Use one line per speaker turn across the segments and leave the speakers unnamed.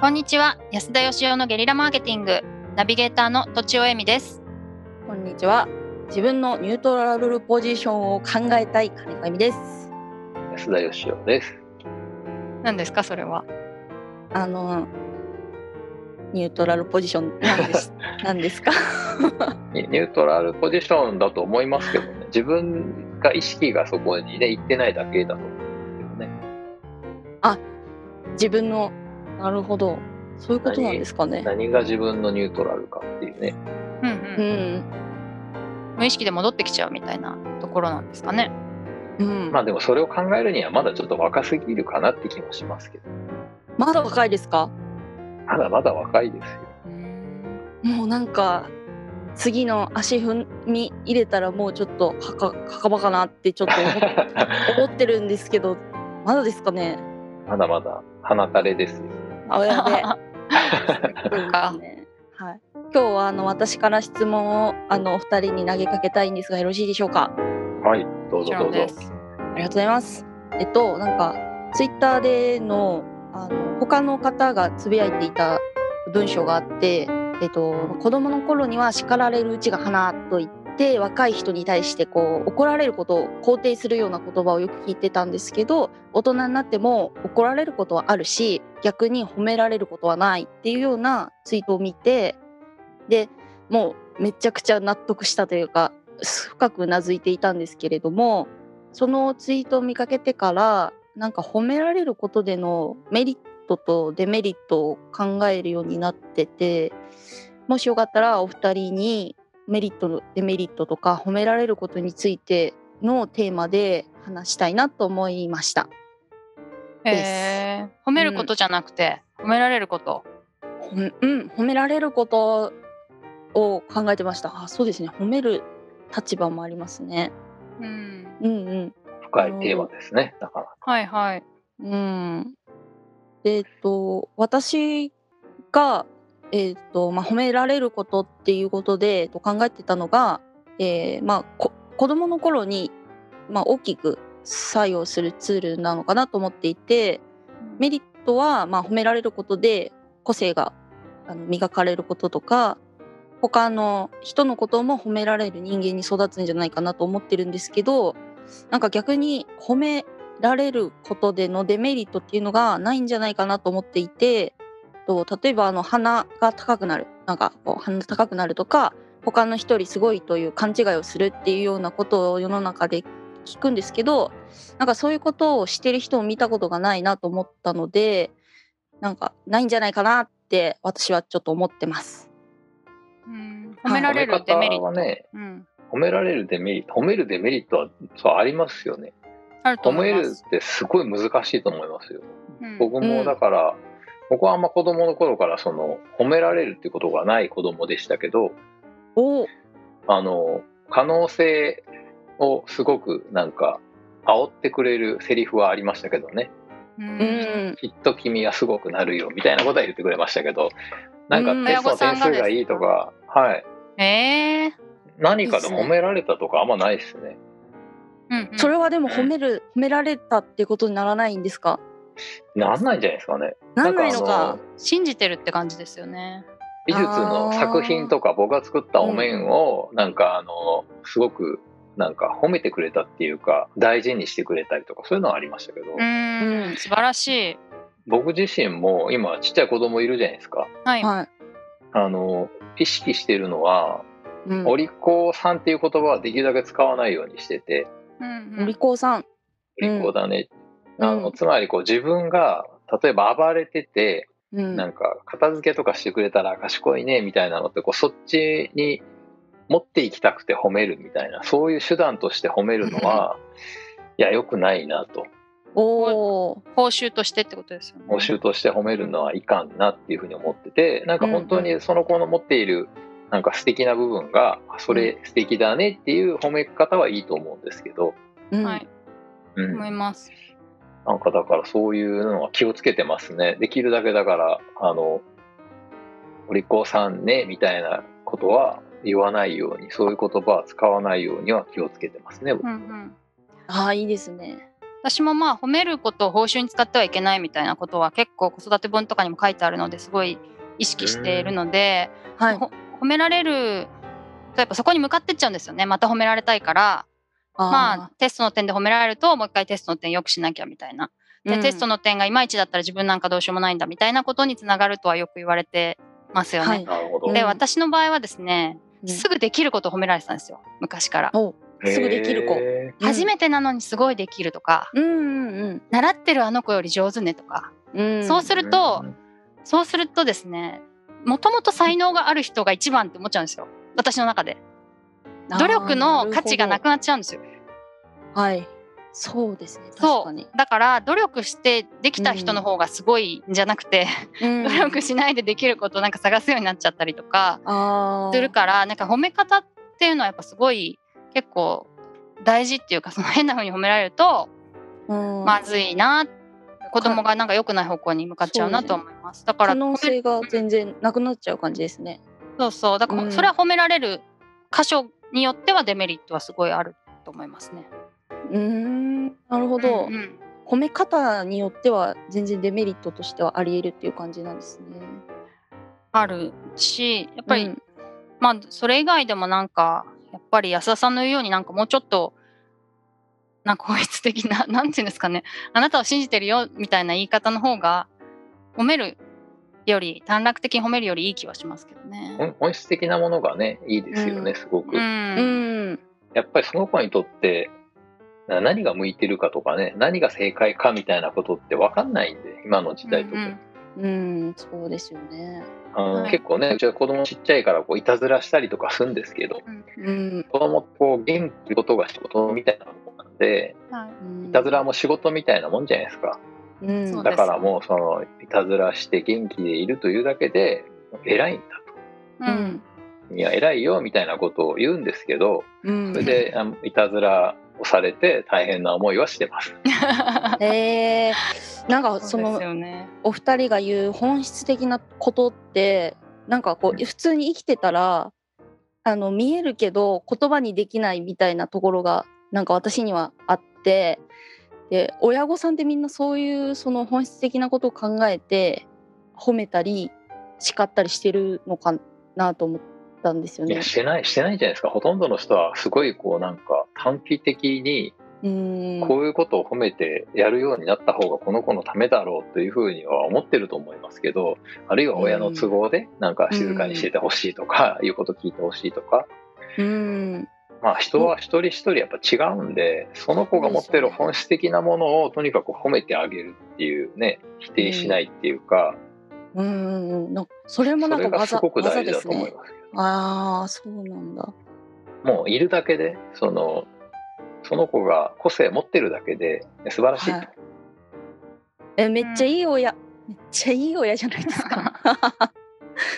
こんにちは安田義雄のゲリラマーケティングナビゲーターの土地尾恵美です
こんにちは。自分のニュートラルポジションを考えたい金上です。
安田義雄です。
何ですかそれは
あのニュートラルポジションなん ですなんですか？
ニニュートラルポジションだと思いますけどね、 自分が意識がそこにね、行ってないだけだと思うんですけどね。
自分のなるほど。そういうことなんですかね。
何が自分のニュートラルかっていうね。
うん
う
うん、
ん
無意識で戻ってきちゃうみたいなところなんですかね
うん。
まあでもそれを考えるにはまだちょっと若すぎるかなって気もしますけど、
まだ若いですか？
まだまだ若いですよ。
うん
もうなんか次の足踏み入れたらもうちょっとかかかかばかなってちょっと 思っ思ってるんですけど、まだですかね？
まだまだ放たれですよ。
あや べえ。
そうか
はい。今日はあの私から質問をあのお二人に投げかけたいんですがよろしいでしょうか。
はい、ど
も
う
ちろ
ぞど
ん
う
で
ぞ。
す
ありがとうございます。えっとなんかツイッターでのあの他の方がつぶやいていた文章があって、えっと子供の頃には叱られるうちが花と言って若い人に対してこう怒られることを肯定するような言葉をよく聞いてたんですけど大人になっても怒られることはあるし逆に褒められることはないっていうようなツイートを見てでもうめちゃくちゃ納得したというか深くうなずいていたんですけれどもそのツイートを見かけてからなんか褒められることでのメリットとデメリットを考えるようになっててもしよかったらお二人にメリットデメリットとか褒められることについてのテーマで話したいなと思いました
えー、褒めることじゃなくて、褒められること
ほんうん、褒められることを考えてましたあそうですね褒める立場もありますね
うん
うんうん
深いテーマですね、だから。
はいはい
うん、でえっと私が、えっとまあ、褒められることっていうことで、えっと、考えてたのが、えーまあ、こ子どもの頃に、まあ、大きく作用するツールなのかなと思っていてメリットは、まあ、褒められることで個性があの磨かれることとか他の人のことも褒められる人間に育つんじゃないかなと思ってるんですけどなんか逆に褒められることでのデメリットっていうのがないんじゃないかなと思っていてと例えばあの鼻が高くなるなんかこう鼻高くなるとか他の人よりすごいという勘違いをするっていうようなことを世の中で聞くんですけどなんかそういうことをしてる人を見たことがないなと思ったのでなんかないんじゃないかなって私はちょっと思ってます。
うん、褒められるデメリット、
褒め方はね、
うん、
褒められるデメリット、褒めるデメリットはそうありますよね。
あると
褒
思
め
いま
る
す
ってすごい難しいと思いますよ。
うん
僕
うん
もだから、僕はあんま子供の頃からその褒められるってことがない子供でしたけど
おー
あの可能性をすごくなんか煽ってくれるセリフはありましたけどね
うん
うん
きっと君はすごくなるよみたいなことは言ってくれましたけどなんか
うん
テストの点数がいいとか、はい、
えー
何かで
いいっすね
褒められたとかあんまないですね。
うんうん
それはでも褒める褒められたってことにならないんですか
なんないんじゃないですかね。
なんないの
なんかあ
か
の
信じてるって感じですよね。
美術の作品とか僕が作ったお面をなんかあのすごくなんか褒めてくれたっていうか大事にしてくれたりとかそういうのはありましたけど、
うー、
うんん
素晴らしい。
僕自身も今ちっちゃい子供いるじゃないですか
はい。
はい、
あの意識してるのは
うん、お
お利口さんっていう言葉はできるだけ使わないようにしてて
うんうん
利口さん
お利口だね、
うん
あのつまりこう自分が例えば暴れてて
うん
なんか片付けとかしてくれたら賢いねみたいなのってこうそっちに持っていきたくて褒めるみたいなそういう手段として褒めるのはいや良くないなと
おお、
報酬としてってことですよね。
募集として褒めるのはいかんなっていうふうに思っててなんか本当にその子の持っているなんか素敵な部分があそれ素敵だねっていう褒め方はいいと思うんですけど、
うん
はい、
うん、
思います。
なんかだからそういうのは気をつけてますね。できるだけだから、あの、お利口さんね、みたいなことは言わないように、そういう言葉は使わないようには気をつけてますね。僕
うんうん。
ああいいですね。
私もまあ褒めることを報酬に使ってはいけないみたいなことは結構子育て本とかにも書いてあるのですごい意識しているので、
はい
ほ褒められるとやっぱそこに向かってっちゃうんですよねまた褒められたいからまあテストの点で褒められるともう一回テストの点良くしなきゃみたいなで、テスト
の
の点がいまいちだったら自分なんかどうしようもないんだみたいなことにつながるとはよく言われてますよね。
はい
なるほど。
で
うん
私の場合はですね、
うん
すぐできることを褒められてたんですよ昔から。
おすぐできる子
へ
うん
初めてなのにすごいできるとか
うんうん
習ってるあの子より上手ねとか、
うんうん
そう
ー
すると、そうするとですねもともと才能がある人が一番って思っちゃうんですよ私の中で努力の価値がなく
あーる
なっちゃうんですよ
ほどはいそうですね
そう
確かに
だから努力してできた人の方がすごいんじゃなくて、
うん
努力しないでできることなんか探すようになっちゃったりとか
あー
するからなんか褒め方っていうのはやっぱすごい結構大事っていうかその変な風に褒められると
うん
まずいな、子供がなんか良くない方向に向かっちゃうなと思います。だから
可
褒め
能性が全然なくなっちゃう感じですね
そうそうだか
う
ら
ん
それは褒められる箇所によってはデメリットはすごいあると思いますね。
うーんなるほど、
うんうん
褒め方によっては全然デメリットとしてはありえるっていう感じなんですね。や
あるしやっぱり、まあそれ以外でもなんかやっぱり安田さんの言うようになんかもうちょっとなんか効率的な なんていうんですかねあなたを信じてるよみたいな言い方の方が褒めるより短絡的に褒めるよりいい気はしますけどね。
本本質的なものがねいいですよね、すごく、
う
うん、
ん、
うん
やっぱりその子にとってな何が向いてるかとかね何が正解かみたいなことって分かんないんで今の時代とか、
うん
うん、そうですよね。
あの
はい
結構ねうちは子供ちっちゃいからこういたずらしたりとかするんですけど
うん、
子供ってこう元気なことが仕事みたいなもんなんで
はい
うん
いたずらも仕事みたいなもんじゃないですか
うん、
そうで
だ
す
からもうそのいたずらして元気でいるというだけで偉いんだ
う
うん ん、
といや偉いよみたいなことを言うんですけど
うん、
それであのいたずらをされて大変な思いはしてます。
えー、なんか
そ
そ
うで
の
すよね。
お二人が言う本質的なことってなんかこう普通に生きてたらあの見えるけど言葉にできないみたいなところがなんか私にはあってで親御さんってみんなそういうその本質的なことを考えて褒めたり叱ったりしてるのかなと思ったんですよ
いや
ね。
してないしてないじゃないですかほとんどの人はすごいこうなんか短期的に
うーん
こういうことを褒めてやるようになった方がこの子のためだろうというふうには思ってると思いますけどあるいは親の都合でなんか静かにしててほしいとかいうこと聞いてほしいとか
うーん
まあ人は一人一人やっぱ違うんでその子が持ってる本質的なものをとにかく褒めてあげるっていうね否定しないっていうか
うーんなんかそれも
そ
なんか
れがす
技
ごく
技
大事
で
だ
す
と思い
ね。
ますけど。
ああそうなんだ。
もういるだけでそのその子が個性持ってるだけで素晴らしいと、
はいえめっちゃいい親、めっちゃいい親じゃないですか。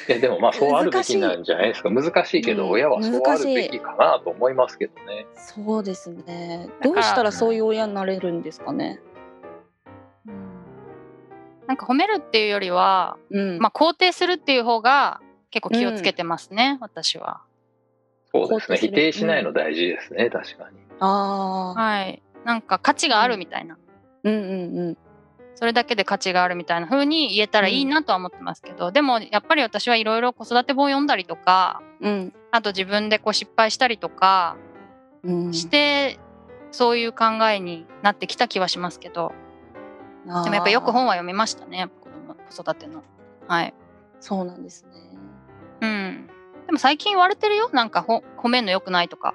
いやでもまあそうあるべ
難し
き
い
なんじゃないですか難しいけど、
うん
親はそうあ
難
る
しい
べきかなと思いますけどね
そうですね。
だ
ど
から
うしたらそういう親になれるんですかね。
なんか褒めるっていうよりは、
うん。
まあ、肯定するっていう方が結構気をつけてますね、私は。
そうです
肯定
ね
する
否定しないの大事ですね、確かに
ああ、
はい、なんか価値があるみたいな、
うんうんうん。
それだけで価値があるみたいな風に言えたらいいなとは思ってますけど、でもやっぱり私はいろいろ子育て本を読んだりとか
うん。
あと自分でこう失敗したりとか
うん、
して、そういう考えになってきた気はしますけど
あー
でもやっぱよく本は読みましたねやっぱ子供子育ての。はい
そうなんですね。
うん、でも最近言われてるよなんかほ褒めんの良くないとか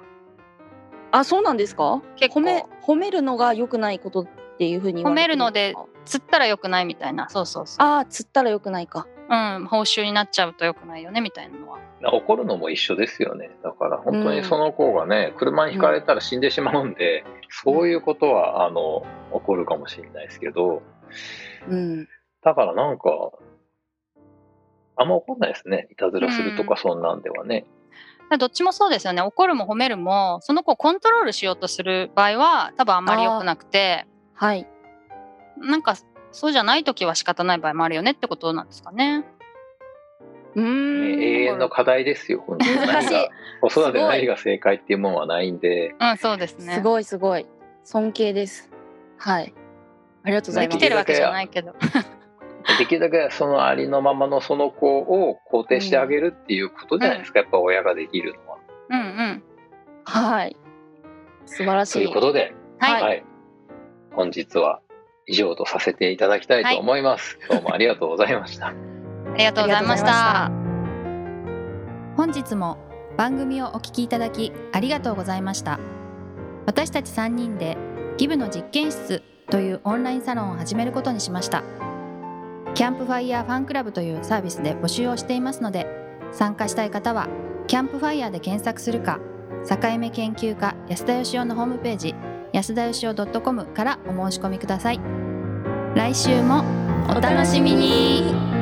あ、そうなんですか。
結構
褒め褒めるのが良くないことっていうふうに言われてんすか
褒め釣ったら良くないみたいなそうそうそう、
ああ、釣ったら良くないか。
うん、報酬になっちゃうと良くないよねみたいなのは
怒るのも一緒ですよねだから本当
う
に
ん
その子がね、車にひかれたら死んでしまうんで、そういうことはあの起こるかもしれないですけど
うん。
だからなんかあんま怒んないですねいたずらすると
う
かそんなんではね、
どっちもそうですよね怒るも褒めるもその子をコントロールしようとする場合は多分あんまり良くなくて
はい。
なんかそうじゃない時は仕方ない場合もあるよねってことなんですかね。
うーん。
ね永遠の課題ですよ 本当に
難
何
しい
が子育て
すごい
何が正解っていうもんはないんで
うんそうですね
すごいすごい。尊敬です。はい。ありがとうござい
来
ます
て。るわけじゃないけど。
できるだけそのありのままのその子を肯定してあげるっていうことじゃないですか、やっぱ親ができるのは。
うんうん。
はい。素晴らし
とい。
いう
ことで、
はい。
本日は以上とさせていただきたいと思います。どうもありがとうございました。
ありがとうございました。
本日も番組をお聞きいただきありがとうございました私たち3人でギブの実験室というオンラインサロンを始めることにしましたキャンプファイヤーファンクラブというサービスで募集をしていますので参加したい方はキャンプファイヤーで検索するか境目研究家安田義雄のホームページ安田義雄 .com からお申し込みください来週もお楽しみに